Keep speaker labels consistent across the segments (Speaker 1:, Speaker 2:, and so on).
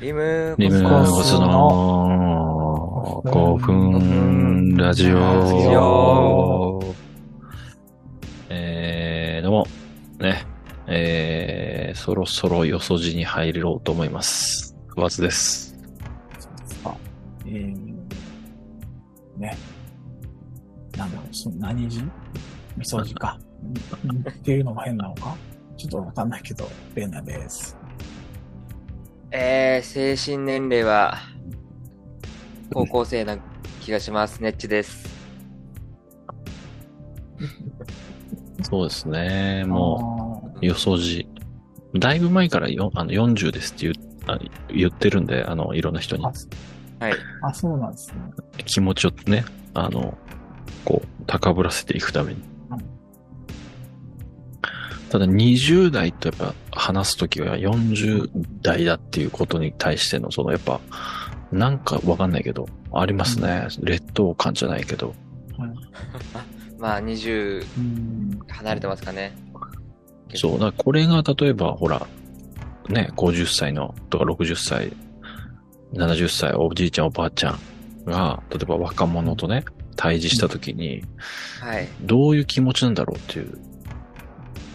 Speaker 1: リム
Speaker 2: リム
Speaker 1: コ
Speaker 2: コ
Speaker 1: ス
Speaker 2: ス
Speaker 1: の
Speaker 2: の5
Speaker 1: 五分
Speaker 2: 分ラジ
Speaker 1: ラジ
Speaker 2: オ
Speaker 1: オ。
Speaker 2: えー、どうも、ね、えー、そろそろよそじに入ろうと思います。不発です。
Speaker 3: えー、ね。なんだろう、その何時味噌汁か。うんっていうのも変なのかちょっとわかんないけど、レンナです。
Speaker 1: えー、精神年齢は高校生な気がします。ネッチです。
Speaker 2: そうですね、も
Speaker 3: も
Speaker 2: う、よそじ。だいぶ前からよあの40ですって言うあ言ってるんで、あの、いろんな人に
Speaker 3: あ。
Speaker 1: はい。
Speaker 3: あ、そうなんですね。
Speaker 2: 気持ちをね、あの、こう、高ぶらせていくために
Speaker 3: うん。
Speaker 2: ただ20代とやっぱ話すときは40代だっていうことに対してのそのやっぱなんかわかんないけどありますね。劣等感じゃないけど。
Speaker 1: まあ、20
Speaker 3: うん。
Speaker 1: 離れてますかね。
Speaker 2: そう。だからこれが例えばほら、ね、50歳のとか60歳、70歳、おじいちゃんおばあちゃんが例えば若者とね、対峙したときに、
Speaker 1: はい。
Speaker 2: どういう気持ちなんだろうっていう。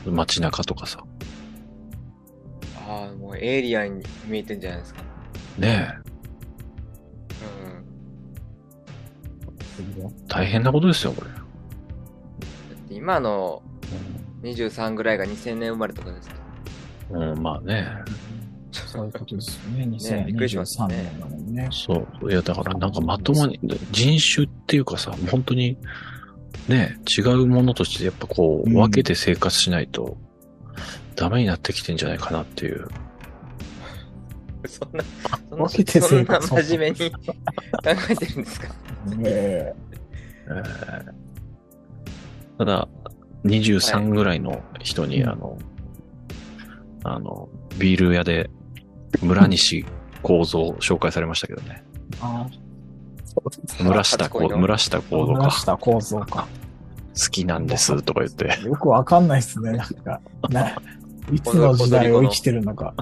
Speaker 2: 街中とかさ。
Speaker 1: ああ、もうエイリアンに見えてんじゃないですか。
Speaker 2: ね
Speaker 1: うん
Speaker 2: え。大変なことですよ、これ。
Speaker 1: だって今の23ぐらいが2000年生まれとかですから
Speaker 2: うん、まあね。
Speaker 3: そういうことですよね。
Speaker 1: ねびっくりします
Speaker 3: 2023
Speaker 1: ね
Speaker 3: 年なのにね。
Speaker 2: そう。いや、だからなんかまともに、人種っていうかさ、本当に、ねえ、違うものとしてやっぱこう、
Speaker 3: うん
Speaker 2: 分けて生活しないと、ダメになってきてんじゃないかなっていう。
Speaker 1: そんな、そんな、
Speaker 3: 分けて
Speaker 1: そん
Speaker 3: 生
Speaker 1: な
Speaker 3: 活
Speaker 1: 真面目に考えてるんですか
Speaker 3: え
Speaker 2: えーただ、23ぐらいの人に、
Speaker 3: はい
Speaker 2: あの、あの、ビール屋で、村西構造を紹介されましたけどね。
Speaker 3: ー、あーそうです
Speaker 2: 村下
Speaker 1: 初恋
Speaker 2: こ
Speaker 1: の
Speaker 2: 村下構造
Speaker 3: 村
Speaker 2: か。
Speaker 3: 下構造か。
Speaker 2: 好きなんですとか言って。
Speaker 3: よくわかんないですね、なん か。ね、いつの時代を生きてるのか。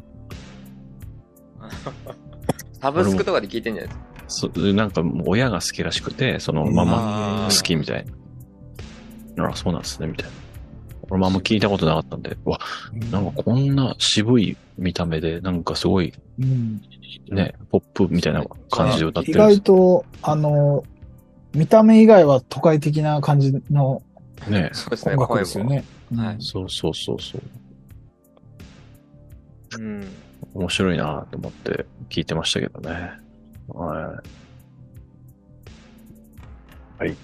Speaker 1: サブスクとかで聞いてんじゃないですか
Speaker 2: そなんかもう親が好きらしくて、そのま
Speaker 1: あ
Speaker 2: ま好
Speaker 1: ー
Speaker 2: きみたいな。あ、そうなんですね、みたいな。俺もあんま聞いたことなかったんで、うわ、なんかこんな渋い見た目で、なんかすごい
Speaker 3: うん、
Speaker 2: ね、ポップみたいな感じで歌って
Speaker 3: 意
Speaker 2: るんで
Speaker 3: 外と、あの、見た目以外は都会的な感じの
Speaker 2: すね。
Speaker 1: そうですね、
Speaker 3: 音楽
Speaker 1: 声
Speaker 3: ですよ
Speaker 1: も。
Speaker 3: ね。うん
Speaker 1: はい
Speaker 2: そうそうそうそう。
Speaker 1: うん。
Speaker 2: 面白いなと思って聞いてましたけどね。はい。
Speaker 1: はい。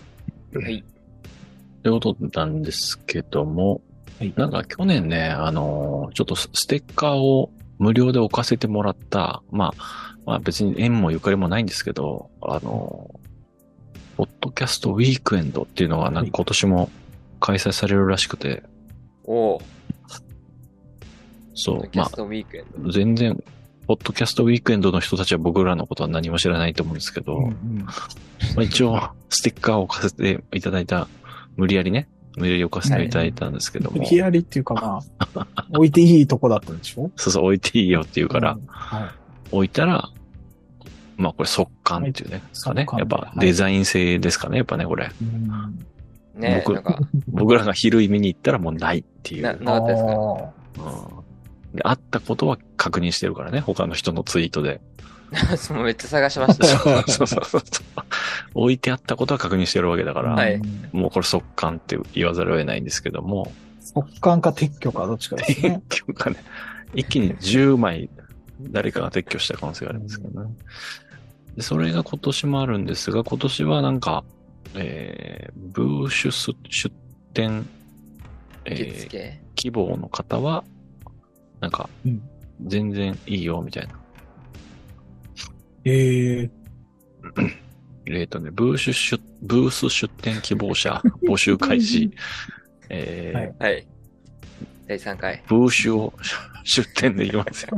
Speaker 2: ということなんですけども、
Speaker 3: はい
Speaker 2: なんか去年ね、あのーちょっとスステッカーを無料で置かせてもらった、まあ、まあ別に縁もゆかりもないんですけど、あのーポッドキャストウィークエンドっていうのがなん
Speaker 3: は
Speaker 2: か
Speaker 3: い
Speaker 2: 今年も開催されるらしくて、
Speaker 1: おお、
Speaker 2: そ
Speaker 1: ポッド
Speaker 2: う、
Speaker 1: キャ
Speaker 2: ま
Speaker 1: ストウィークエンド。
Speaker 2: あ、全然、ポッドキャストウィークエンドの人たちは僕らのことは何も知らないと思うんですけど、
Speaker 3: うんう
Speaker 2: ま
Speaker 3: ん
Speaker 2: あ、一応、ステッカーを置かせていただいた、無理やりね、無理やり置かせていただいたんですけど
Speaker 3: 無
Speaker 2: も、
Speaker 3: 理やりっていうかまあ、置いていいとこだったんでしょ
Speaker 2: そうそう、置いていいよっていうから、
Speaker 3: うんは
Speaker 2: 置いたら、まあこれ速乾っていうね、ですかね。
Speaker 3: 速乾
Speaker 2: やっぱ
Speaker 3: はい
Speaker 2: デザイン性ですかね、やっぱね、これ。
Speaker 3: い。うん
Speaker 1: ねえ、
Speaker 2: 僕
Speaker 1: なんか、
Speaker 2: 僕らが昼見に行ったらもうないっていう。
Speaker 1: な
Speaker 2: うん
Speaker 1: なかったですか
Speaker 2: で、あったことは確認してるからね、他の人のツイートで。
Speaker 1: そうめっちゃ探しましたよ。
Speaker 2: そうそうそうそう。置いてあったことは確認してるわけだか
Speaker 3: あー
Speaker 2: ら、
Speaker 1: はい
Speaker 3: うん
Speaker 2: もうこれ速乾って言わざるを得ないんですけども、
Speaker 3: 速乾か撤去かどっちかです
Speaker 2: 撤
Speaker 3: ね。
Speaker 2: 去がね、一気に10枚誰かが撤去した可能性がありますけどね。でそれが今年もあるんですが、今年はなんか、えー、ブーシュス出店、 え
Speaker 1: 受
Speaker 2: ー、
Speaker 1: 付。
Speaker 2: 希望の方は、なんか
Speaker 3: うん、
Speaker 2: 全然いいよ、みたいな。
Speaker 3: ええ
Speaker 2: えっ、とね、ブーシュ出、ブース出店希望者募集開 始。えー
Speaker 3: はい
Speaker 1: はい。第3回。
Speaker 2: ブーシュを出店できますよ。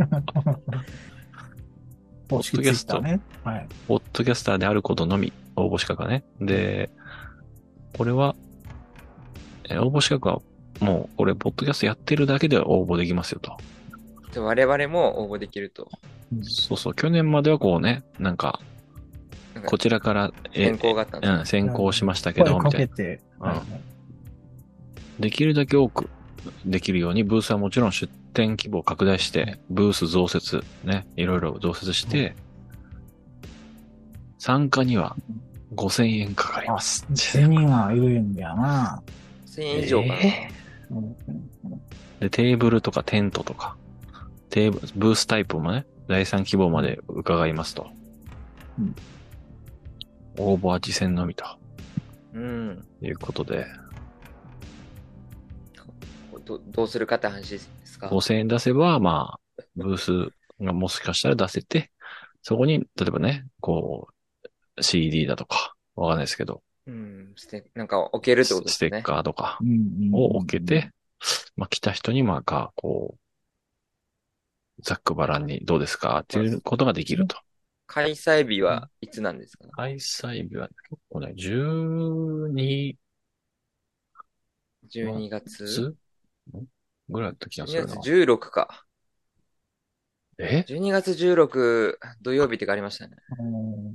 Speaker 3: 公式ツイッターね。はい。
Speaker 2: ポッドキャスターであることのみ、応募資格はね。で、これは、えー応募資格は、もう、これ、ポッドキャストやってるだけで応募できますよと。
Speaker 1: で我々も応募できると。
Speaker 2: そうそう、去年まではこうね、なんか、
Speaker 1: なんか
Speaker 2: こちらから、え
Speaker 1: 変更があったんです
Speaker 2: うん、先行しましたけ
Speaker 3: 声
Speaker 2: ど、
Speaker 3: か
Speaker 2: みたい
Speaker 3: け
Speaker 2: な。
Speaker 3: て、
Speaker 2: うん
Speaker 3: はい
Speaker 2: できるだけ多くできるように、ブースはもちろん出店規模を拡大して、ブース増設、ね、いろいろ増設して、参加には5000円かかり
Speaker 3: あ、
Speaker 2: ます。
Speaker 3: 1000人はいるんだよな。
Speaker 1: 1000円以上かな。
Speaker 2: え
Speaker 3: うん
Speaker 2: で、テーブルとかテントとか、テーブブースタイプもね、第3希望まで伺いますと。
Speaker 3: うん
Speaker 2: 応募は事前のみと
Speaker 1: うん。
Speaker 2: いうことで、
Speaker 1: これどどうするかって話ですか。
Speaker 2: 5000円出せば、まあ、ブースがもしかしたら出せて、そこに、例えばね、こう、CD だとか、わかんないですけど、
Speaker 1: うん。ステなんか置けるってことで
Speaker 2: ス
Speaker 1: すね。
Speaker 2: テッカーとか
Speaker 3: うんうんうん
Speaker 2: を置けて、まあ、来た人に、まあ、か、こう、ざっくばらんにどうですかっていうことができると。
Speaker 1: 開催日はいつなんですか、
Speaker 2: 開催日は結構ね、12
Speaker 1: ?12 月
Speaker 2: 月ぐらいだった気がす
Speaker 1: ?12
Speaker 2: る
Speaker 1: 月
Speaker 2: な。
Speaker 1: 16か。
Speaker 2: え
Speaker 1: 12月16土曜日ってかありましたね。
Speaker 3: うん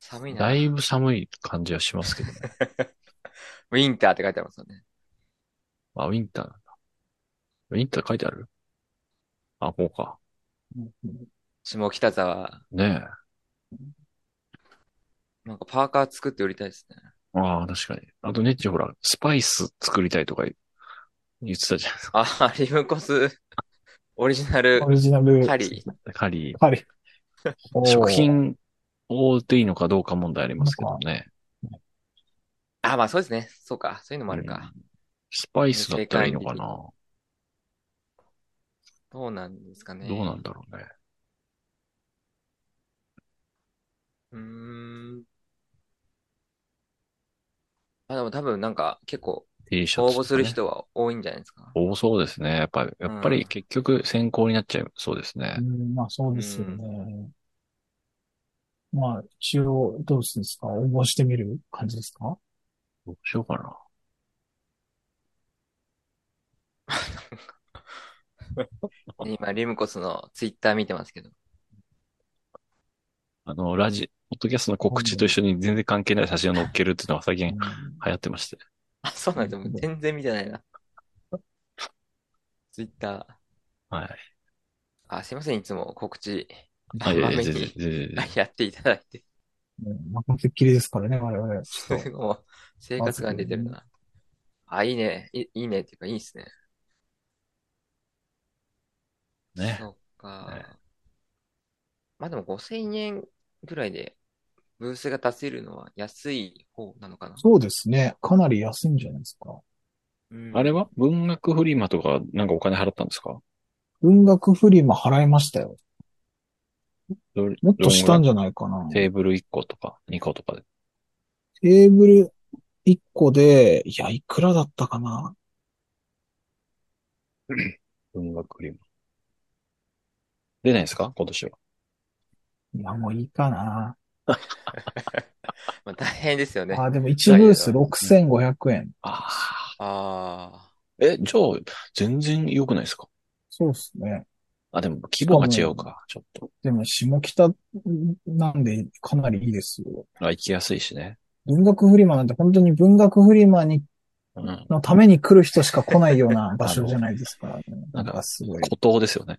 Speaker 1: 寒いな。
Speaker 2: だ
Speaker 1: ウ
Speaker 2: いぶ寒い感じはしますけどね。
Speaker 1: ィンターって書いてありますよね。
Speaker 2: あ、ウィンターなんだ。ウィンター書いてあるあ、こうか。
Speaker 1: 下北沢。
Speaker 2: ねえ。
Speaker 1: なんかパーカー作って売りたいですね。
Speaker 2: ああ、確かに。あとね、ちほら、スパイス作りたいとか言ってたじゃないですか。
Speaker 1: あ、リムコス、オリジナル
Speaker 3: オ、リジナル。
Speaker 1: カリー。
Speaker 2: カリー
Speaker 3: カリー。
Speaker 2: 食品をでいいのかどうか問題ありますけどね。
Speaker 1: あ、まあそうですね。そうか。そういうのもあるか。
Speaker 2: スパイスだったらいいのかな
Speaker 1: どうなんですかね。
Speaker 2: どうなんだろうね。
Speaker 1: うーん。あ、でも多分なんか結構
Speaker 2: T シャ
Speaker 1: 応
Speaker 2: ツとかね
Speaker 1: 募する人は多いんじゃないですか。
Speaker 2: 多そうですね。やっぱり、やっ
Speaker 1: う
Speaker 2: ぱ
Speaker 1: ん
Speaker 2: り結局先行になっちゃいそうですね
Speaker 3: う。ん、まあそうですよね。まあ一応どうですか応募してみる感じですか
Speaker 2: どうしようかな。
Speaker 1: 今、リムコスのツイッター見てますけど。
Speaker 2: あの、ラジ、ポッドキャストの告知と一緒に全然関係ない写真を載っけるっていうのが最近流行ってまして。
Speaker 1: あ、そうなんですよ。もう全然見てないな。ツイッター。
Speaker 2: はい。
Speaker 1: あ、すいません。いつも告知
Speaker 2: あ、いや
Speaker 1: ま
Speaker 2: いや、
Speaker 1: め
Speaker 2: 全然、
Speaker 1: に
Speaker 2: 全然全然。
Speaker 1: やっていただいて。
Speaker 3: うんまあ、てっきりですからね、我々。
Speaker 1: すごい。生活感出てるな。あ、いいね。いいいねっていうか、いいっすね。
Speaker 2: ね。
Speaker 1: そっか。
Speaker 2: ね
Speaker 1: まあでも5000円ぐらいでブースが出せるのは安い方なのかな。
Speaker 3: そうですね。かなり安いんじゃないですか。
Speaker 1: うん
Speaker 2: あれは文学フリマとかなんかお金払ったんですか
Speaker 3: 文学フリマ払いましたよ。
Speaker 2: どれ
Speaker 3: もっとしたんじ
Speaker 2: ゃ
Speaker 3: ゃないかな。
Speaker 2: テーブル1個とか2個とかで。
Speaker 3: テーブル1個で、いや、いくらだったかな。
Speaker 2: 文学フリマ。出ないですか今年は。
Speaker 3: いや、もういいかな。
Speaker 1: まあ大変ですよね。
Speaker 3: あ、でも1ブース6500円。
Speaker 2: ああ。
Speaker 1: あ
Speaker 2: え、じゃあ、全然良くないですか
Speaker 3: そうですね。
Speaker 2: あ、でも規模が違うか。ちょっと。
Speaker 3: でも、下北なんで、かなりいいですよ。
Speaker 2: あ、行きやすいしね。
Speaker 3: 文学フリマなんて本当に文学フリマに
Speaker 2: うん。
Speaker 3: のために来る人しか来ないような場所じゃないですからね。
Speaker 2: な
Speaker 3: なんん
Speaker 2: か
Speaker 3: かすごい。
Speaker 2: 孤島ですよね。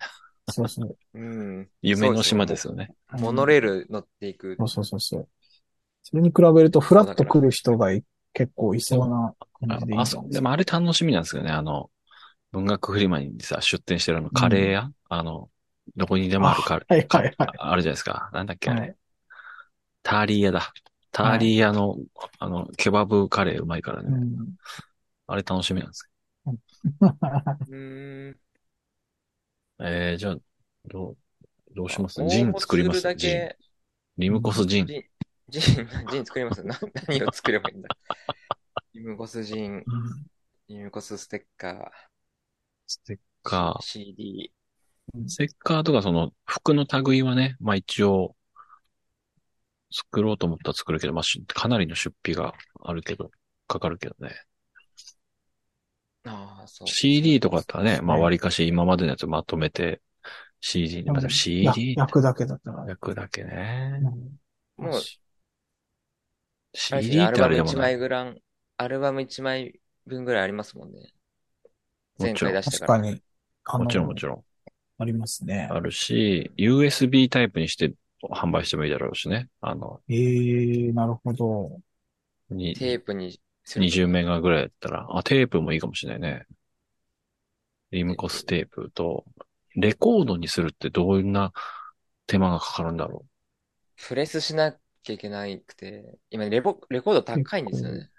Speaker 3: そうそう。
Speaker 1: あ。うん。
Speaker 2: 夢の島ですよね。
Speaker 1: モノレール乗っていく
Speaker 3: そ。うそうそうそう。それに比べると、フラッと来る人がい結構いそうな感じでいい
Speaker 2: あ、
Speaker 3: ん
Speaker 2: あそ。
Speaker 3: じゃないうで
Speaker 2: です
Speaker 3: か。
Speaker 2: もあれ楽しみなんですよね。あの、文学フリマにさ、出店してるあの、カレー屋、あの、どこにでもあるカレー。
Speaker 3: はいはいはい
Speaker 2: ああるじゃないですか。なんだっけ、あれ。
Speaker 3: はい
Speaker 2: ターリー屋だ。ターリー屋の、あの、ケバブカレーうまいからね。
Speaker 3: うん
Speaker 2: あれ楽しみなんです
Speaker 1: うん。
Speaker 2: けど。えー、じゃあ、どう、どうします
Speaker 1: 応募
Speaker 2: ジン作ります
Speaker 1: するだ
Speaker 2: ジン。
Speaker 1: け、
Speaker 2: リムコスジン。
Speaker 1: ジン、ジン、ジン作りますな 何を作ればいいんだ。リムコスジン、リムコスステッカ
Speaker 2: ステッ
Speaker 1: ー、
Speaker 2: カ
Speaker 1: CD。
Speaker 2: ー。ステッカーとかその、服の類はね、まあ一応、作ろうと思ったら作るけど、まあしかなりの出費があるけど、かかるけどね。
Speaker 1: ああ、そう。
Speaker 2: CD とかだったらね、まあ
Speaker 3: はい
Speaker 2: 割かし今までのやつまとめて CG で、
Speaker 3: うん
Speaker 2: まあ、でも CG
Speaker 3: や焼くだけだったら。
Speaker 2: 役だけね。
Speaker 3: うん
Speaker 1: もう
Speaker 2: CD
Speaker 1: ア
Speaker 2: っ
Speaker 1: ル
Speaker 2: てあ
Speaker 1: バム
Speaker 2: れでも
Speaker 1: 1
Speaker 2: ない。
Speaker 1: 枚ぐらい、アルバム1枚分ぐらいありますもんね。前回出した
Speaker 3: 確
Speaker 1: か。
Speaker 3: からに、あの
Speaker 2: もちろんもちろん。
Speaker 3: ありますね
Speaker 2: あ。るし、USB タイプにして販売してもいいだろうしね。あの、
Speaker 3: ええなるほど。
Speaker 2: に
Speaker 1: テープにする。
Speaker 2: 20メガぐらいだったら、あ、テープもいいかもしれないね。リムコステープと、レコードにするってどんな手間がかかるんだろ
Speaker 1: プレスしなきゃいけなくて、今レボ、レコード高いんですよね。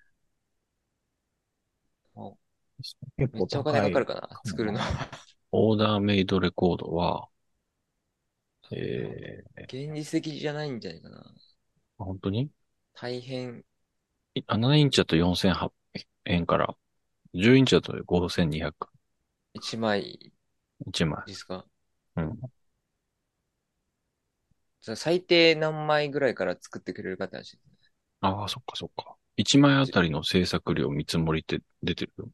Speaker 3: 結
Speaker 1: めっ
Speaker 3: 構
Speaker 1: ちゃお金
Speaker 3: 高
Speaker 1: か
Speaker 3: い。
Speaker 1: かるかな、作るの。
Speaker 2: う。オーダーメイドレコードは、えー、
Speaker 1: 現実的じゃないんじゃないかな。
Speaker 2: 本当に
Speaker 1: 大変。
Speaker 2: いあ7インチだと4800円から、10インチだと5200、
Speaker 1: 1枚
Speaker 2: 1枚。
Speaker 1: ですか
Speaker 2: うん。
Speaker 1: じゃあ最低何枚ぐらいから作ってくれるかって話。
Speaker 2: ああ、そっかそっか。1枚あたりの制作量見積もりって出てるよ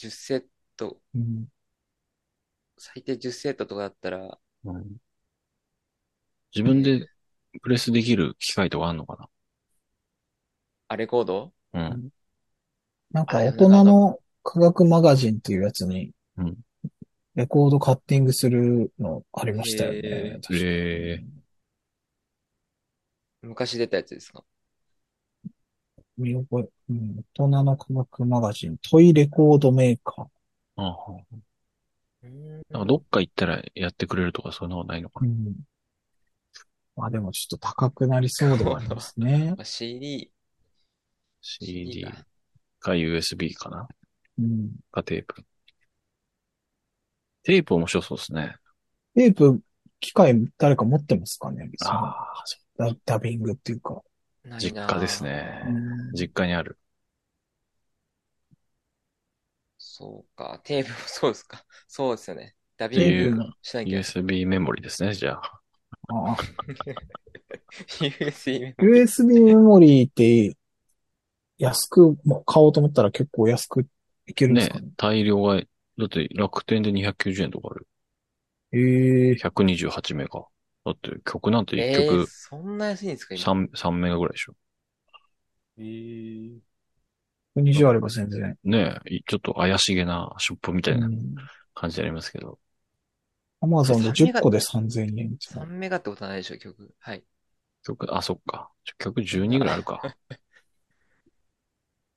Speaker 1: 10セット、
Speaker 3: うん。
Speaker 1: 最低10セットとかだったら、
Speaker 2: うん。自分でプレスできる機械とかあんのか
Speaker 1: あ、レコード
Speaker 2: なうん。
Speaker 3: なんか大人の科学マガジンっていうやつに
Speaker 2: うん、
Speaker 3: レコードカッティングするのありましたよね。
Speaker 1: へー
Speaker 3: 確か
Speaker 2: へ
Speaker 1: 昔出たやつですか
Speaker 3: 見覚え、うん、大人の科学マガジン、トイレコードメーカー。
Speaker 2: ああ
Speaker 1: うん
Speaker 2: なんかどっか行ったらやってくれるとかそんなことないのか
Speaker 3: う
Speaker 2: な。
Speaker 3: ん。まあでもちょっと高くなりそうではあります ね。
Speaker 1: まあ CD、
Speaker 2: CD
Speaker 1: か
Speaker 2: か USB かな
Speaker 3: うん。
Speaker 2: かテープ。テープ面白そうですね。
Speaker 3: テープ、機械誰か持ってますかねその
Speaker 2: ああ、そ
Speaker 3: ダダビングっていうか。
Speaker 1: な
Speaker 2: う
Speaker 1: い
Speaker 2: 実
Speaker 1: な
Speaker 2: 家です。ね。
Speaker 3: うん
Speaker 2: 実家にある。
Speaker 1: そうか。テープもそうですか。そうですよね。ダビ
Speaker 2: て
Speaker 1: ン
Speaker 2: い
Speaker 1: グ
Speaker 2: う
Speaker 3: の
Speaker 1: しなきゃ。
Speaker 2: USB メモリですね、じゃあ。
Speaker 3: ああ
Speaker 1: USB。
Speaker 3: USB メモリーって、安くも買おうと思ったら結構安くいけるんです
Speaker 2: ね
Speaker 3: かね。
Speaker 2: 大量が、だって楽天で290円とかある。
Speaker 3: ええ
Speaker 2: 128メガ。だって曲なんて
Speaker 1: え
Speaker 2: 1
Speaker 1: ー、
Speaker 2: 曲
Speaker 1: そんな安いんですか今。
Speaker 2: 3、3メガぐらいでしょ。
Speaker 1: えー、
Speaker 3: 20あれば全然。
Speaker 2: ねえ、いちょっと怪しげなショップみたいな
Speaker 3: ア
Speaker 2: 感じでありますけど。
Speaker 3: マゾンで
Speaker 1: 3メガ
Speaker 3: 10個で3000円。
Speaker 1: 3メガってことはないでしょ、曲。はい。
Speaker 2: 曲、あ、そっか。曲12ぐらいあるか。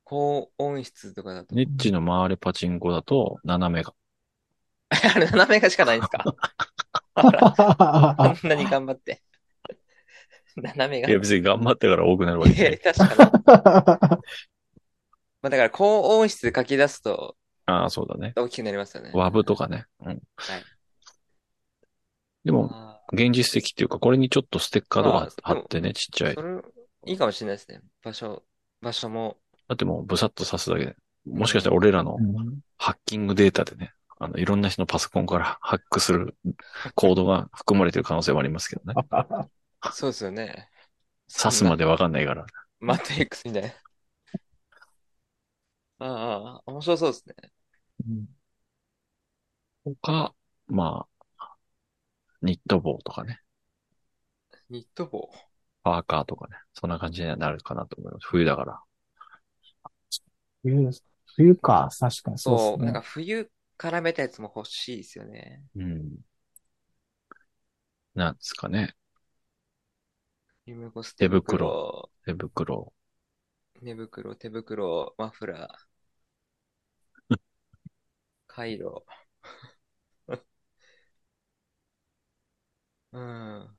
Speaker 1: 高音質とかだと。
Speaker 2: ネッチの回れパチンコだと7メガ。
Speaker 1: あれ、7メガしかないんです かあら、こんなに頑張って。7メガ。
Speaker 2: いや、別に頑張ってから多くなるわけじゃない
Speaker 1: え 確かに。まあ、だから高音質で書き出すと
Speaker 2: ああ、そうだね。
Speaker 1: 大きくなりますよね。
Speaker 2: ワブとかね。うん。
Speaker 1: はい
Speaker 2: でも、
Speaker 1: あ
Speaker 2: 現実的っていうか、これにちょっとステッカーとか
Speaker 1: あ
Speaker 2: 貼ってね、ちっちゃ
Speaker 1: ー
Speaker 2: い
Speaker 1: そ。れ、いいかもしれないですね。場所、場所も。
Speaker 2: だってもうブサッと刺すだけで。もしかしたら俺らの ハッキングデータでね、あの、いろんな人のパソコンからハックするコードが含まれてる可能性もありますけどね。
Speaker 1: そうですよね。
Speaker 2: 刺すまでわかんないから。
Speaker 1: マトリックスみたいな。ああああ、面白そうですね。
Speaker 2: とか、まあ、ニット帽とかね、
Speaker 1: ニット帽。
Speaker 2: パーカーとかね、そんな感じになるかなと思います。冬だから。
Speaker 3: 冬冬か、確かにそう
Speaker 1: そう、なん
Speaker 3: ですね
Speaker 1: か。冬絡めたやつも欲しいですよね。
Speaker 2: うん。なんですかね。
Speaker 1: リムコス
Speaker 2: 手
Speaker 1: 手
Speaker 2: 袋。手袋。
Speaker 1: 寝袋、手袋、マフラー。 カイロ。 うん。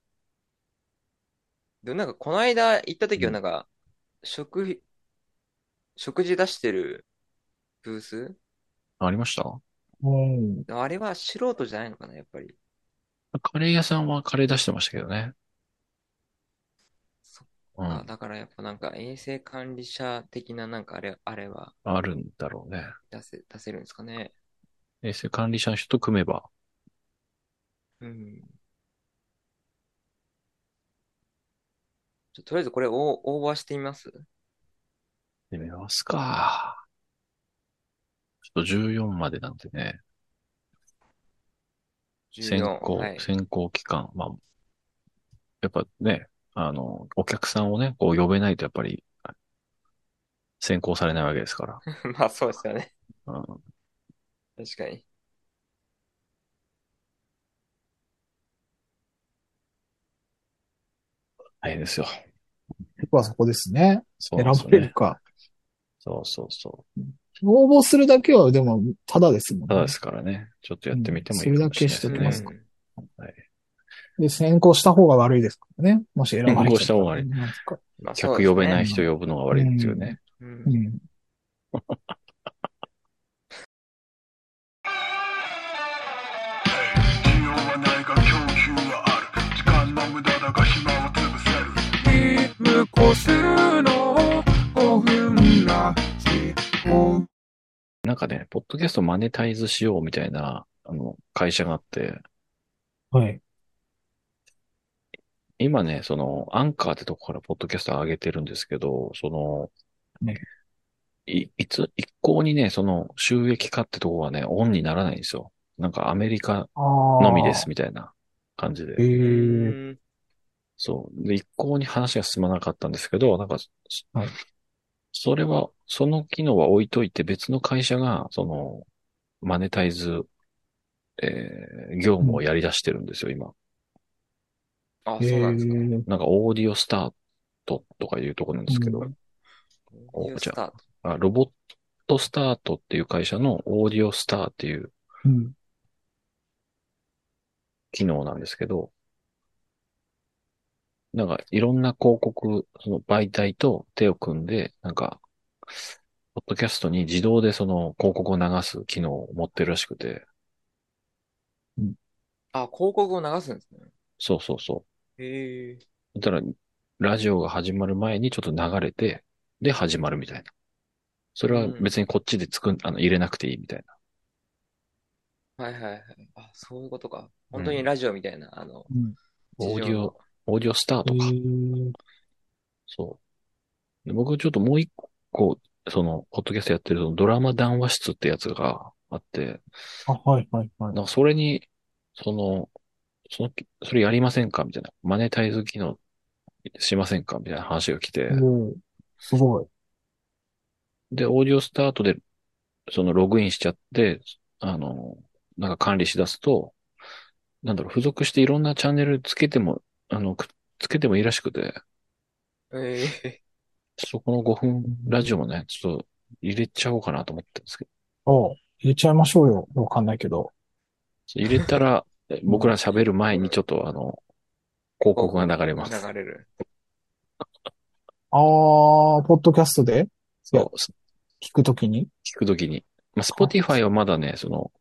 Speaker 1: でもなんか、この間行った時はなんか、食、食事出してるブース
Speaker 2: ありました
Speaker 3: うん
Speaker 1: あれは素人じゃないのかな、やっぱり。
Speaker 2: カレー屋さんはカレー出してましたけどね。
Speaker 1: そっ
Speaker 2: う
Speaker 1: あ
Speaker 2: ん。
Speaker 1: だからやっぱなんか衛生管理者的ななんかあれ、あれは
Speaker 2: あるんだろうね。
Speaker 1: 出せ、出せるんですかね。
Speaker 2: 衛生管理者の人と組めば。
Speaker 1: うん。ちょとりあえずこれ応応募してみます
Speaker 2: で見ますか。ちょっと14までなんでね。選考、
Speaker 1: はい。
Speaker 2: 選考期間。まあ、やっぱね、あの、お客さんをね、こう呼べないとやっぱり、選考されないわけで すから。
Speaker 1: まあ、そうですよね。
Speaker 2: うん
Speaker 1: 確かに。
Speaker 2: 大変ですよ。
Speaker 3: 結構はそこですね。
Speaker 2: そう
Speaker 3: 選
Speaker 2: なんですよ
Speaker 3: ばれる
Speaker 2: ね。
Speaker 3: か。
Speaker 2: そうそうそ
Speaker 3: 応募するだけは、でも、ただですもん
Speaker 2: う。
Speaker 3: ね。
Speaker 2: ただですからね、ちょっとやってみてもいい
Speaker 3: うん
Speaker 2: かもしれないです
Speaker 3: それ
Speaker 2: ね。
Speaker 3: だけしておきますか
Speaker 1: うん
Speaker 2: はい。
Speaker 3: で、先行した方が悪いですからね。もし選ばれちゃっ
Speaker 2: 先行した方が悪い
Speaker 3: なんですか
Speaker 1: まあ、そう
Speaker 2: 客
Speaker 1: です
Speaker 2: 呼べない
Speaker 1: ね。
Speaker 2: 人呼ぶのが悪いっていうね。
Speaker 1: うん
Speaker 3: うん。
Speaker 4: 需要はないが供給はある時間の無駄だが暇を潰せる見越すの5分ラジオ
Speaker 2: なんかね、ポッドキャストマネタイズしようみたいな、あの、会社があって、
Speaker 3: はい。
Speaker 2: 今ね、その、アンカーってとこからポッドキャスト上げてるんですけど、その、
Speaker 3: ね
Speaker 2: い、いつ、一向にね、その、収益化ってとこがね、オンにならないんですよ。なんかアメリカ
Speaker 3: ああ。
Speaker 2: のみです。みたいな感じで。
Speaker 3: へえ
Speaker 1: うん
Speaker 2: そう。で、一向に話が進まなかったんですけど、なんか、そ
Speaker 3: はい
Speaker 2: それは、その機能は置いといて別の会社が、その、マネタイズ、えー業務をやり出してるんですよ、今。
Speaker 1: あ、そうなんですか。
Speaker 3: へー
Speaker 2: なんか、オーディオスタートとかいうとこなんですけど、
Speaker 3: う
Speaker 1: オーディオスタート
Speaker 2: あロボットスタートっていう会社のオーディオスターっていう
Speaker 3: うん。
Speaker 2: 機能なんですけど、なんかいろんな広告、その媒体と手を組んで、なんか、ポッドキャストに自動でその広告を流す機能を持ってるらしくて、
Speaker 1: あ、広告を流すんですね。
Speaker 2: そうそうそ
Speaker 1: へえ。
Speaker 2: う。だから、ラジオが始まる前にちょっと流れて、で始まるみたいな。それは別にこっちで作ん、あの、入れなくていいみたいな。
Speaker 1: はいはいはい。あ、そういうことか。本当にラジオみたいな、あの、
Speaker 3: うん
Speaker 2: オーデ
Speaker 1: 地
Speaker 2: ィ
Speaker 1: 上
Speaker 2: オ
Speaker 1: の、
Speaker 2: オーディオスター
Speaker 3: へ
Speaker 2: トか。
Speaker 3: ー
Speaker 2: そう。で僕ちょっともう一個、その、ポッドキャストやってるそのドラマ談話室ってやつがあって、
Speaker 3: あ、はい、はい、はい。
Speaker 2: なんかそれに、その、その、それやりませんかみたいな。マネタイズ機能しませんかみたいな話が来て。
Speaker 3: おーすごい。
Speaker 2: で、オーディオスタートで、そのログインしちゃって、あの、なんか管理しだすと、なんだろう、付属していろんなチャンネルつけても、あの、くつけてもいいらしくて、
Speaker 1: ええ。
Speaker 2: そこの5分ラジオもね、ちょっと入れちゃおうかなと思ってるんですけど
Speaker 3: おう入れちゃいましょうよ。わかんないけど。
Speaker 2: 入れたら、え僕ら喋る前にちょっとあの、広告が流れます。
Speaker 1: 流れる。
Speaker 3: あー、ポッドキャストで
Speaker 2: そう、す
Speaker 3: 聞くときに
Speaker 2: 聞くときに。まあ、Spotify はまだね、その、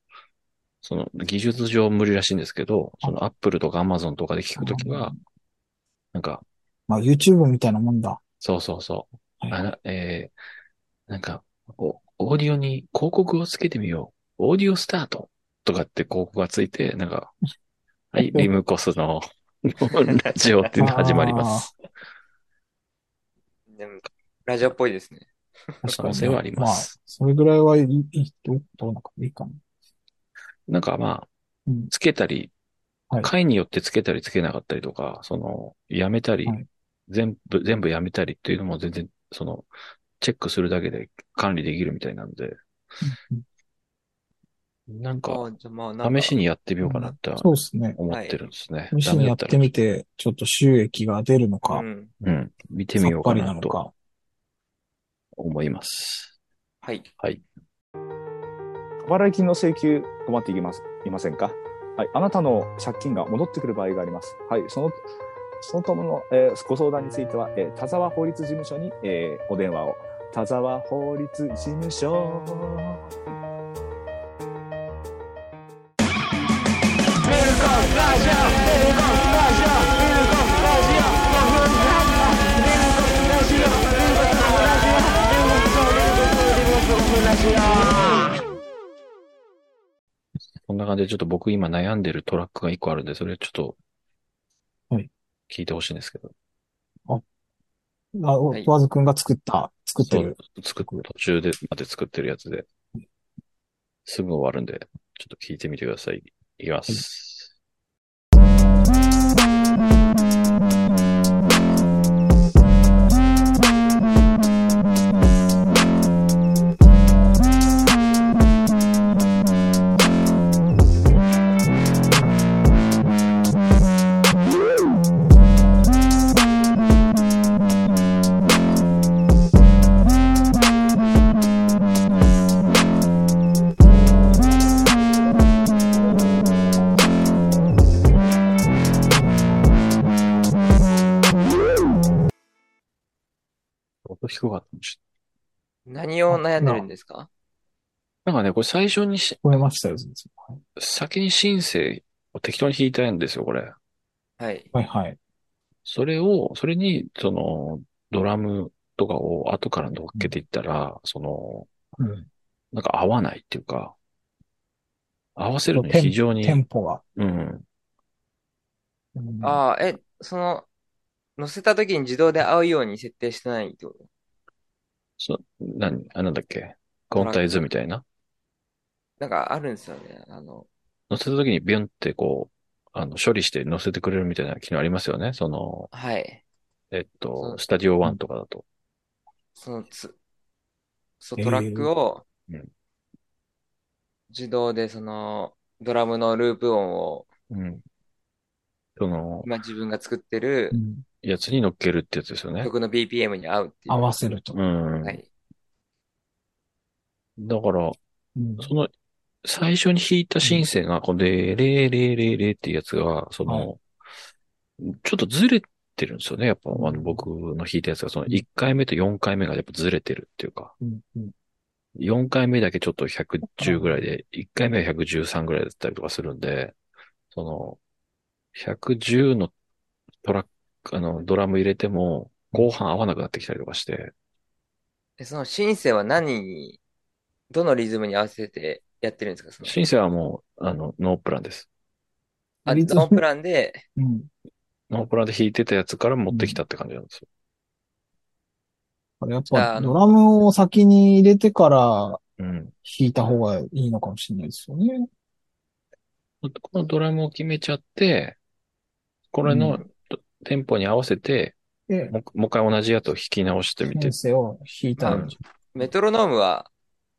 Speaker 2: その技術上無理らしいんですけど、その Apple とか Amazon とかで聞くときは、なんか、
Speaker 3: まあ、YouTube みたいなもんだ。
Speaker 2: そうそうそう。
Speaker 3: はい
Speaker 2: あらえー、なんかお、オーディオに広告をつけてみよう。オーディオスタートとかって広告がついて、なんか、はい、リムコスの ラジオっていうのが始まります。
Speaker 1: でもラジオっぽいですね。
Speaker 3: 確
Speaker 2: 可能性はあります
Speaker 3: あ、それぐらいはいい、いいどどうなんかいいかな。
Speaker 2: なんかまあ、
Speaker 3: うん
Speaker 2: つけたり、
Speaker 3: はい
Speaker 2: 回によってつけたりつけなかったりとか、その、やめたり、
Speaker 3: はい
Speaker 2: 全部、全部やめたりっていうのも全然、その、チェックするだけで管理できるみたいなので、
Speaker 3: うん
Speaker 2: なん
Speaker 1: あ
Speaker 2: か、
Speaker 1: じゃあまあ、なんか
Speaker 2: 試しにやってみようかなって
Speaker 3: そうですね。
Speaker 2: 思ってるんですね。
Speaker 3: 試しにやってみて、ちょっと収益が出るのか
Speaker 1: う、ん。
Speaker 2: ダメだったら。うん。見て
Speaker 3: さ
Speaker 2: みよ
Speaker 3: っ
Speaker 2: うか
Speaker 3: ぱりな
Speaker 2: な
Speaker 3: の
Speaker 2: と
Speaker 3: か。
Speaker 2: 思います。
Speaker 1: はい。
Speaker 5: 払い金の請求困っていきますいませんか、はい、あなたの借金が戻ってくる場合があります。はい、そのそのともの、えーご相談については、えー田沢法律事務所に、えーお電話を。田沢法律事務所。
Speaker 2: こんな感じでちょっと僕今悩んでるトラックが一個あるんで、それちょっと
Speaker 3: はい、
Speaker 2: 聞いてほしいんですけど。
Speaker 3: あ、
Speaker 1: はい
Speaker 3: わずくんが作った、作ってる。
Speaker 2: そう作っ途中でまで作ってるやつで、すぐ終わるんで、ちょっと聞いてみてください。いきます。音低かったちょ
Speaker 1: 何を悩んでるんですか
Speaker 2: っとなんかね、これ最初にし、
Speaker 3: 聞こえましたよ、全然。
Speaker 2: 先にシンセを適当に弾いたんですよ、これ。
Speaker 1: はい。
Speaker 3: はいはい。
Speaker 2: それを、それに、その、ドラムとかを後から乗っけていったら、その、
Speaker 3: うん。
Speaker 2: なんか合わないっていうか、合わせるのに
Speaker 3: テン
Speaker 2: 非常に
Speaker 3: テ、ンポが。
Speaker 2: うん、
Speaker 3: うん
Speaker 1: ああ、え、その、乗せた時に自動で合うように設定してないってこと
Speaker 2: そ、何、あ、なんだっけ、ゴンタイズみたいな。
Speaker 1: なんかあるんですよね。あの、
Speaker 2: 乗せた時にビュンってこう、あの、処理して乗せてくれるみたいな機能ありますよね。その、
Speaker 1: はい。
Speaker 2: えっ
Speaker 1: そ
Speaker 2: と、
Speaker 1: う
Speaker 2: スタジオワンとかだと。
Speaker 1: そのつ、そう、
Speaker 3: えー
Speaker 1: トラックを
Speaker 2: うん、
Speaker 1: 自動でその、ドラムのループ音を、
Speaker 2: うん。その、
Speaker 1: 今自分が作ってる
Speaker 3: うん
Speaker 2: やつに乗っけるってやつですよね。
Speaker 1: 曲の BPM に合うっていう。
Speaker 3: 合わせると。
Speaker 2: うん
Speaker 1: は。い。
Speaker 2: だから、
Speaker 3: うん
Speaker 2: その、最初に弾いたシンセが、こので、レーレーレーレーっていうやつが、その、ちょっとずれてるんですよね。やっぱ、あの、僕の弾いたやつが、その1回目と4回目がやっぱずれてるっていうか、
Speaker 3: うんうん
Speaker 2: 4回目だけちょっと110ぐらいで、1回目は113ぐらいだったりとかするんで、その、110のトラック、あの、ドラム入れても、後半合わなくなってきたりとかして、
Speaker 1: で、そのシンセは何に、どのリズムに合わせてやってるんですかその、
Speaker 2: シンセはもう、あの、ノープランです。
Speaker 1: あ、
Speaker 3: リズム
Speaker 1: ノープランで、
Speaker 3: うん
Speaker 2: ノープランで弾いてたやつから持ってきたって感じなんですよ。
Speaker 3: あれやっ
Speaker 1: じゃあ
Speaker 3: ぱ
Speaker 1: あの
Speaker 3: ドラムを先に入れてから
Speaker 2: うん。
Speaker 3: 弾いた方がいいのかもしれないですよね。
Speaker 2: このドラムを決めちゃって、これのテンポに合わせて、
Speaker 3: で、
Speaker 2: もうもう一回同じやつを弾き直してみて
Speaker 3: 先、生を弾いたんで
Speaker 1: メトロノームは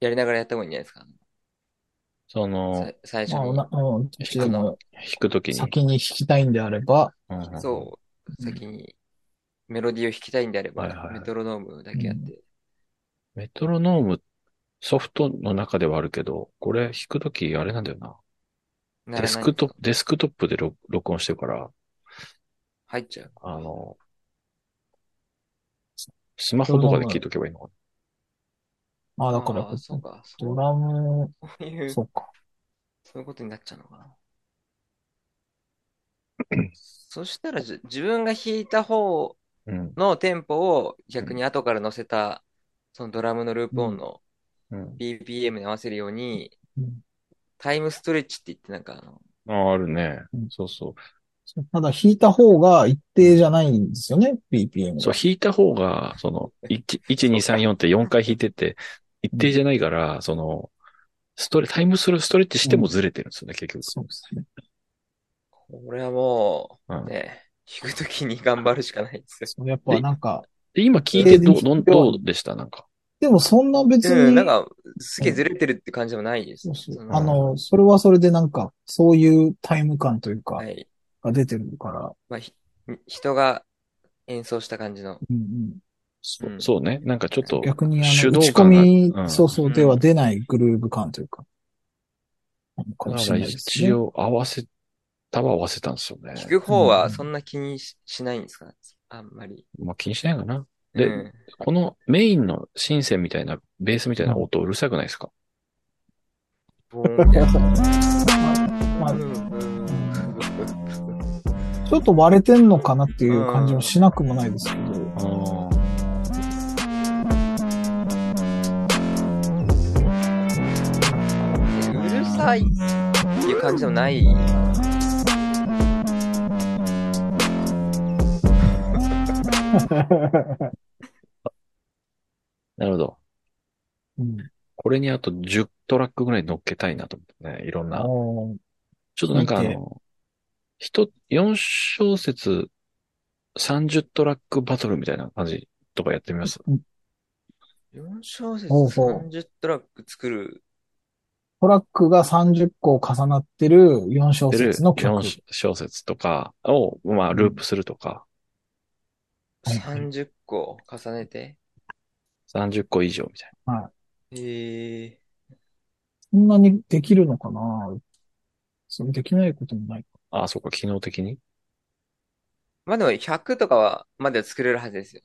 Speaker 1: やりながらやった方がいいんじゃないですか
Speaker 2: その
Speaker 1: さ、最初
Speaker 3: まあ、
Speaker 1: に
Speaker 3: な、うん、どっちでも
Speaker 2: 弾くときに。
Speaker 3: 先に弾きたいんであれば、
Speaker 2: うん
Speaker 1: そう、
Speaker 3: うん
Speaker 1: 先にメロディーを弾きたいんであれば、
Speaker 2: はいはいはい
Speaker 1: メトロノームだけやって。
Speaker 2: メトロノーム、ソフトの中ではあるけど、これ弾くときあれなんだよな。
Speaker 1: なら
Speaker 2: デ
Speaker 1: ない
Speaker 2: スクトップ、デスクトップで録録音してるから、
Speaker 1: 入っちゃう。
Speaker 2: あの、スマホとかで聞いとけばいいのか
Speaker 3: まあだから
Speaker 1: ああ、そうか。そ
Speaker 3: ド
Speaker 1: う
Speaker 3: ラム、
Speaker 1: そういう、
Speaker 3: そ
Speaker 1: そう
Speaker 3: か。
Speaker 1: ういうことになっちゃうのかな。そしたらじ、自分が弾いた方
Speaker 2: な。うん。
Speaker 1: のテンポを逆に後から乗せた、そのドラムのループ音の
Speaker 2: うん。
Speaker 1: BPM に合わせるように、
Speaker 3: うん
Speaker 1: タイムストレッチって言ってなんかあの、
Speaker 2: ああ、あるね
Speaker 3: うん。
Speaker 2: そうそう。
Speaker 3: ただ弾いた方が一定じゃないんですよね、BPM が。
Speaker 2: そう、弾いた方が、そ の、1、1 2、3、4って4回弾いてて、一定じゃないから、その、ストレ、タイムスローストレッチしてもずれてるんですよね、結
Speaker 3: そうですね。
Speaker 1: これはも
Speaker 2: 局。
Speaker 1: う
Speaker 2: うん
Speaker 1: ね、弾くときに頑張るしかないですよ。
Speaker 3: それやっぱなんか、
Speaker 2: で、今聞いてどう、
Speaker 3: それ
Speaker 2: ど
Speaker 3: で
Speaker 2: ん、どうでしたなんか。
Speaker 3: でもそんな別
Speaker 1: う
Speaker 3: に
Speaker 1: ん、、なんか、すげえずれてるって感じでもないです。
Speaker 3: そうそう
Speaker 1: そ
Speaker 3: あの、それはそれでなんか、そういうタイム感というか
Speaker 1: は、い。
Speaker 3: が出てるから、
Speaker 1: まあ、ひ人が演奏した感じの。
Speaker 3: うんうん。
Speaker 2: そ
Speaker 1: うん
Speaker 2: そうね。なんかちょっと、
Speaker 3: 逆にあ
Speaker 2: 手
Speaker 3: の、
Speaker 2: 動
Speaker 3: 打ち込
Speaker 2: 感が
Speaker 3: み、
Speaker 2: うん
Speaker 3: そうそうでは出ないグルーヴ感というか、なのかも
Speaker 2: だ
Speaker 3: し
Speaker 2: から
Speaker 3: れないですね
Speaker 2: 一。応合わせたは合わせたんですよね。
Speaker 1: 弾く方はそんな気にししないんですかあんまり。
Speaker 2: まあ気にしないかな。で、
Speaker 1: うん
Speaker 2: このメインのシンセみたいな、ベースみたいな音うるさくないですか
Speaker 1: ボーンみたいな
Speaker 3: まあ
Speaker 1: う、んうん
Speaker 3: ちょっと割れてんのかなっていう感じもしなくもないですけ
Speaker 2: あ
Speaker 3: ど、
Speaker 2: あ。
Speaker 1: うるさいっていう感じでもない。
Speaker 2: なるほど。
Speaker 3: うん。
Speaker 2: これにあと10トラックぐらい乗っけたいなと思ってね。いろんな。
Speaker 3: あー
Speaker 2: ちょっとなんかあ
Speaker 3: 見て
Speaker 2: の、一、4小節30トラックバトルみたいな感じとかやってみます。
Speaker 1: 4小節
Speaker 3: ほうほう
Speaker 1: 30トラック作る。
Speaker 3: トラックが30個重なってる4小節の曲。
Speaker 2: 4小節とかを、まあ、ループするとか、
Speaker 3: はい
Speaker 1: 30個重ねて。
Speaker 2: 30個以上みたい
Speaker 1: へえ。
Speaker 3: そんなにできるのかなそうできないこともない。
Speaker 2: な。ああ、そうか、機能的に。
Speaker 1: まあでも100とかはまでは作れるはずですよ。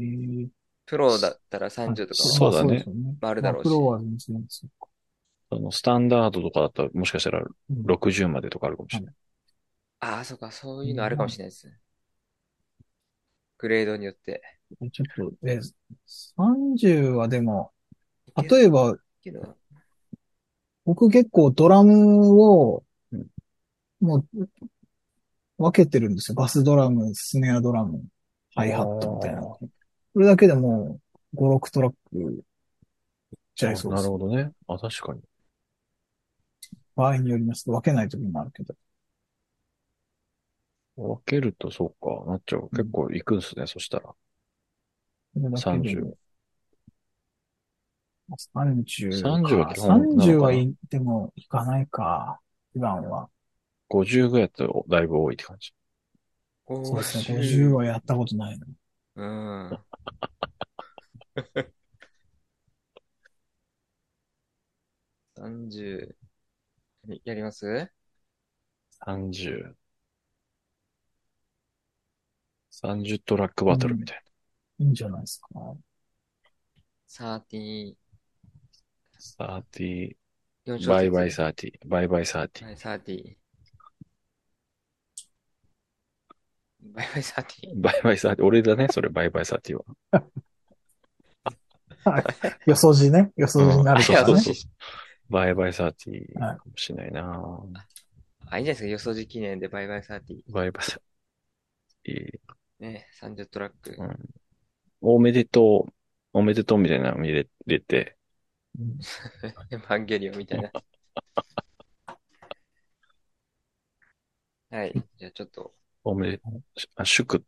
Speaker 3: えー
Speaker 1: プロだったら30とかは
Speaker 2: そうだね
Speaker 3: まあそうですよね。
Speaker 1: あるだろうし
Speaker 3: まあプロは全然そうか
Speaker 2: あの、スタンダードとかだったら、もしかしたら
Speaker 3: うん
Speaker 2: 60までとかあるかもしれない。
Speaker 1: ああ、そうか、そういうのあるかもしれないですね。グレードによって。
Speaker 3: ちょっと、え、30はでも、例えば、
Speaker 1: けど、
Speaker 3: 僕結構ドラムを
Speaker 2: うん、
Speaker 3: もう、分けてるんですよ。バスドラム、スネアドラム、ハイハットみたいな。これだけでもう、5、6トラック、いっちゃいそうで
Speaker 2: な
Speaker 3: す
Speaker 2: る。ほどね。あ、確かに。
Speaker 3: 場合によりますと分けない時もあるけど。
Speaker 2: 分けるとそうか、なっちゃう。結構いくんすね、そしたら。
Speaker 3: それだけで
Speaker 2: 30。
Speaker 3: 30
Speaker 2: 30は
Speaker 3: か。
Speaker 2: 基本なのかな
Speaker 3: 30はい、でも、いかないか。一番は。
Speaker 2: 50ぐらいだとだいぶ多いって感じ。
Speaker 3: そうですね。
Speaker 1: 50
Speaker 3: 50はやったことないの。
Speaker 1: うん。30やります
Speaker 2: 30。30トラックバトルみたい
Speaker 3: いいんじゃないですか。
Speaker 1: ?30、
Speaker 2: な。30、
Speaker 1: 4小
Speaker 2: バイバイ
Speaker 1: 節。
Speaker 2: 30、バイバイ30。
Speaker 1: はい、30。バイバイ30。
Speaker 2: バイバイ30、俺だね、それバイバイ30は。
Speaker 3: よそじね。よそじになると
Speaker 2: そう
Speaker 3: か
Speaker 2: そう
Speaker 3: ね。
Speaker 2: そう。バイバイ30
Speaker 3: は
Speaker 2: かもしれないな
Speaker 1: あ、いいじゃないですか。予想時記念でバイバイ30。
Speaker 2: バイバイ30。
Speaker 1: ね、30トラック
Speaker 2: う。んおめでとう、おめでとうみたいなの入れ入れて、
Speaker 3: うん
Speaker 1: エヴァンゲリオンみたいな。はい。じゃあちょっと、
Speaker 2: おめで、あ、祝、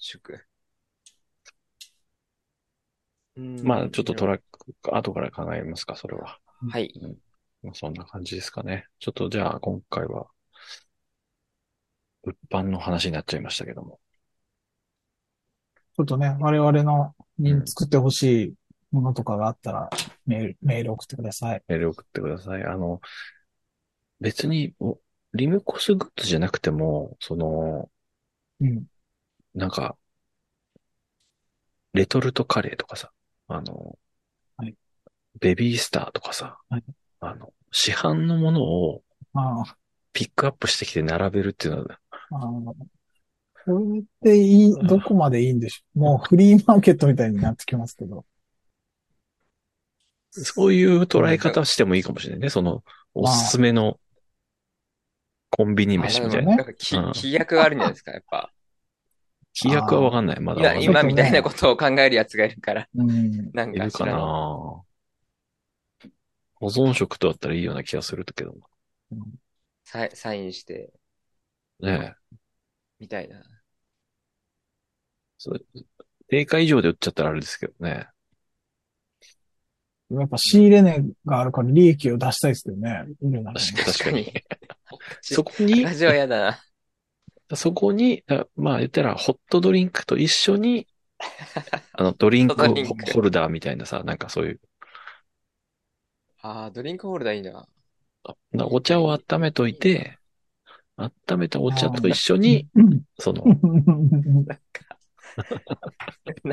Speaker 1: 祝。うん
Speaker 2: まあちょっとトラック、後から考えますか、それは。
Speaker 1: はい。
Speaker 2: まあそんな感じですかね。ちょっとじゃあ今回は、物販の話になっちゃいましたけども。
Speaker 3: ちょっとね、我々のに作ってほしいものとかがあったら、メール、メール送ってください。
Speaker 2: メール送ってください。あの、別に、おリムコスグッズじゃなくても、その、
Speaker 3: うん。
Speaker 2: なんか、レトルトカレーとかさ、あの、
Speaker 3: はい
Speaker 2: ベビースターとかさ、
Speaker 3: はい
Speaker 2: あの、市販のものを
Speaker 3: ああ、
Speaker 2: ピックアップしてきて並べるっていうのは、
Speaker 3: あの、これっていい、どこまでいいんでしょう。もうフリーマーケットみたいになってきますけど。
Speaker 2: そういう捉え方してもいいかもしれないね。その、おすすめのコンビニ飯みたい
Speaker 3: あ
Speaker 2: な。
Speaker 1: なんかき
Speaker 2: うん
Speaker 1: 規約があるんじゃないですか、やっぱ。
Speaker 2: 規約はわかんない。まだ
Speaker 1: 今、
Speaker 2: わかんない
Speaker 1: 今みたいなことを考えるやつがいるから、
Speaker 3: うん。
Speaker 1: なん
Speaker 2: い
Speaker 1: か
Speaker 2: る
Speaker 1: 知
Speaker 2: からな
Speaker 1: ない。
Speaker 2: 保存食とだったらいいような気がするけど
Speaker 1: サイサインして、
Speaker 2: ねえ。
Speaker 1: みたいな。
Speaker 2: そう定価以上で売っちゃったらあれですけどね。
Speaker 3: やっぱ仕入れ値があるから利益を出したいですよね。売るならね
Speaker 2: 確かに。
Speaker 1: 確
Speaker 2: 確かに
Speaker 1: か
Speaker 2: そこに
Speaker 1: ラ、ジオやだな。
Speaker 2: そこに、あまあ言ったら、ホットドリンクと一緒に、あの、ドリンク
Speaker 1: ホットドリンク
Speaker 2: ホルダーみたいなさ、なんかそういう、
Speaker 1: ああ、ドリンクホルダーいいな。
Speaker 2: なお茶を温めといて、温めたお茶と一緒に、
Speaker 3: うん。
Speaker 2: そ の、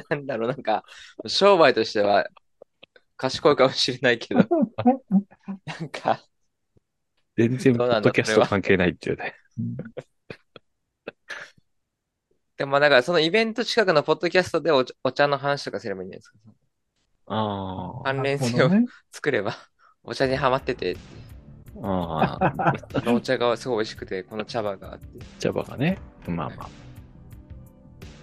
Speaker 1: なんだろう、なんか、商売としては、賢いかもしれない けど、なんか、
Speaker 2: 全然ポ
Speaker 1: そうなんだ
Speaker 2: ッドキャス
Speaker 1: それ
Speaker 2: ト
Speaker 1: は
Speaker 2: 関係ないっていうね。
Speaker 1: でもだからそのイベント近くのポッドキャストでお茶お茶の話とかすればいいんじゃないですか。
Speaker 2: ああ、
Speaker 1: 関連
Speaker 3: な
Speaker 1: 性
Speaker 3: るほ
Speaker 1: を
Speaker 3: どね
Speaker 1: 作れば、お茶にハマってて、
Speaker 2: ああ、
Speaker 1: このお茶がすごい美味しくて、この茶葉があって。
Speaker 2: 茶葉がね、まあまあ。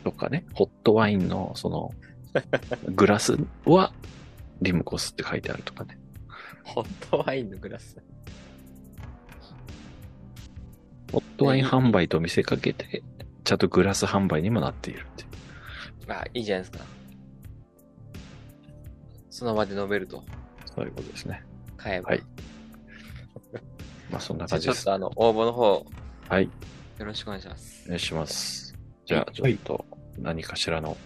Speaker 2: とかね、ホットワインの、その、グラスは、リムコスって書いてあるとかね。
Speaker 1: ホットワインのグラス。
Speaker 3: ホットワイン販売と見せかけて、ちゃんとグラス販売にもなっているっていう。
Speaker 1: あ、いいじゃないですか。その場で飲めると。
Speaker 3: そういうことですね。
Speaker 1: 買えば。
Speaker 3: はいまあそんな
Speaker 1: じゃ
Speaker 3: 感
Speaker 1: あちょ
Speaker 3: じで
Speaker 1: っ
Speaker 3: す。
Speaker 1: とあの、応募の方、
Speaker 3: はい。
Speaker 1: よろしくお願いします。
Speaker 3: お願いします。じゃあちょっと何かしらの、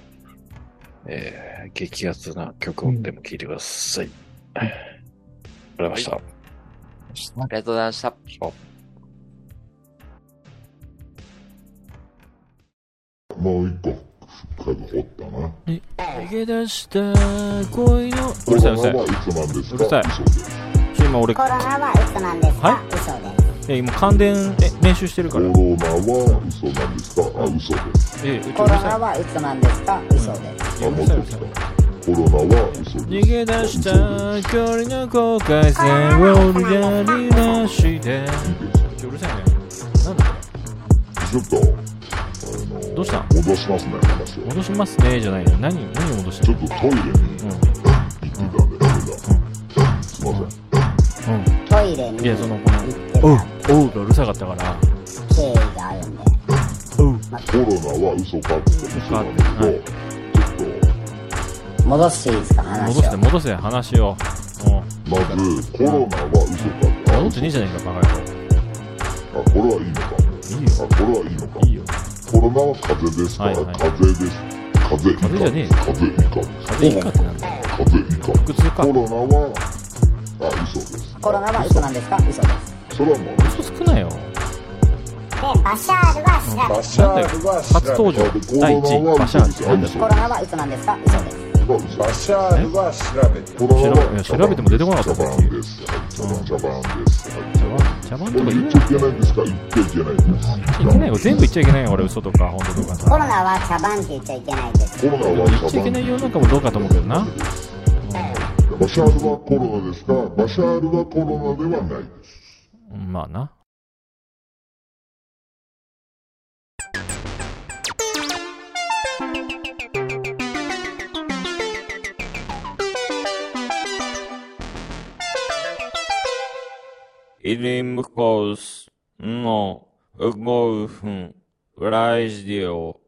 Speaker 3: えー、激アツな曲をでも聴いてください。ありがとうございました。
Speaker 1: ありがとうございました。
Speaker 6: もう一個、多分掘ったな。
Speaker 2: 逃げ出した恋の
Speaker 6: コロナはいつなんですか
Speaker 2: うるさい
Speaker 6: 嘘です
Speaker 2: ちょ今俺
Speaker 7: コロナは嘘なんですか、
Speaker 2: は
Speaker 7: 嘘です。
Speaker 2: え今感電え練習してる
Speaker 6: コ
Speaker 2: か
Speaker 6: ロ
Speaker 2: ら
Speaker 6: ナは嘘なんですかあ、嘘です。
Speaker 2: えうちうる
Speaker 7: コロナ
Speaker 2: さ
Speaker 7: は嘘なんですか嘘です。
Speaker 6: あ、
Speaker 2: う
Speaker 6: も
Speaker 2: る
Speaker 6: っ
Speaker 2: さい
Speaker 6: と
Speaker 2: うる
Speaker 6: で
Speaker 2: さ
Speaker 6: す
Speaker 2: い
Speaker 6: かコロナは嘘です。
Speaker 2: い逃げ出し
Speaker 6: 嘘
Speaker 2: た距離の後悔線をやり出して
Speaker 6: です
Speaker 2: ちょうるさいねなんだこ
Speaker 6: ちょっと、あ
Speaker 2: れ
Speaker 6: の、
Speaker 2: どうした
Speaker 6: 戻しますね、話を。
Speaker 2: 戻しますねじゃないの何何戻して
Speaker 6: ちょ
Speaker 2: る
Speaker 6: っとトイレに
Speaker 2: う
Speaker 6: 行
Speaker 2: ん
Speaker 6: ってたんで、ダメだ。すいません。
Speaker 7: トイレに
Speaker 2: いやそのこの
Speaker 7: 行
Speaker 2: お
Speaker 7: っ
Speaker 2: う
Speaker 7: て
Speaker 2: おうがうるさかったから
Speaker 7: た経緯があるんで。
Speaker 2: おう
Speaker 6: コロナは嘘かって言って嘘なんだけど、ちょっと、
Speaker 7: 戻していいですか話
Speaker 2: 戻
Speaker 7: を
Speaker 2: して。戻せ話をも
Speaker 6: まず、コロナは嘘
Speaker 2: う
Speaker 6: か
Speaker 2: 戻ってねえじゃねえかバカ野
Speaker 6: あ、これはいいのか。
Speaker 2: 郎いい
Speaker 6: あ、
Speaker 2: よ
Speaker 6: これはいいのか。
Speaker 2: いいよ
Speaker 6: コロナは風邪ですか
Speaker 2: はい
Speaker 6: ら、
Speaker 2: はい
Speaker 6: 風邪です。風邪
Speaker 2: 風邪じゃねえよ
Speaker 6: 風邪以下です。
Speaker 2: 風邪いいかってなんだよ
Speaker 6: 風邪以下です。
Speaker 2: 腹痛か
Speaker 6: コロナは、あ、嘘です。
Speaker 7: コロナは嘘なんですか嘘です。
Speaker 6: それはもう、
Speaker 2: 嘘つくなよ
Speaker 7: バシャールは
Speaker 6: バ
Speaker 2: シャール初登場
Speaker 6: コロナ
Speaker 2: 第一位
Speaker 6: は
Speaker 2: バシ
Speaker 6: 嘘
Speaker 2: ャー
Speaker 6: です。
Speaker 2: ルなんだ
Speaker 6: 嘘
Speaker 7: コロナは嘘なんですか嘘で
Speaker 6: で
Speaker 7: す。
Speaker 6: す。バシャールは調べて。コロナは
Speaker 2: 調べいや調べても出てこなかった
Speaker 6: 茶番です。はい茶番、茶番です。はい
Speaker 2: 茶番茶番と
Speaker 6: こ
Speaker 2: か
Speaker 6: れ
Speaker 2: 言うな
Speaker 6: 言っちゃいけないんですか言っちゃいけないんです。
Speaker 2: いけないよ全部言っちゃいけないよ俺嘘とか本当とか
Speaker 7: コ
Speaker 2: さ
Speaker 7: ロナは茶番って言っちゃいけないです。
Speaker 6: コロナは
Speaker 2: 言っちゃいけない世の中もどうかと思うけどな
Speaker 6: バシャールはコロナですかバシャールはコロナではない。
Speaker 2: うんまあな
Speaker 8: イリムコースの5分ラジオ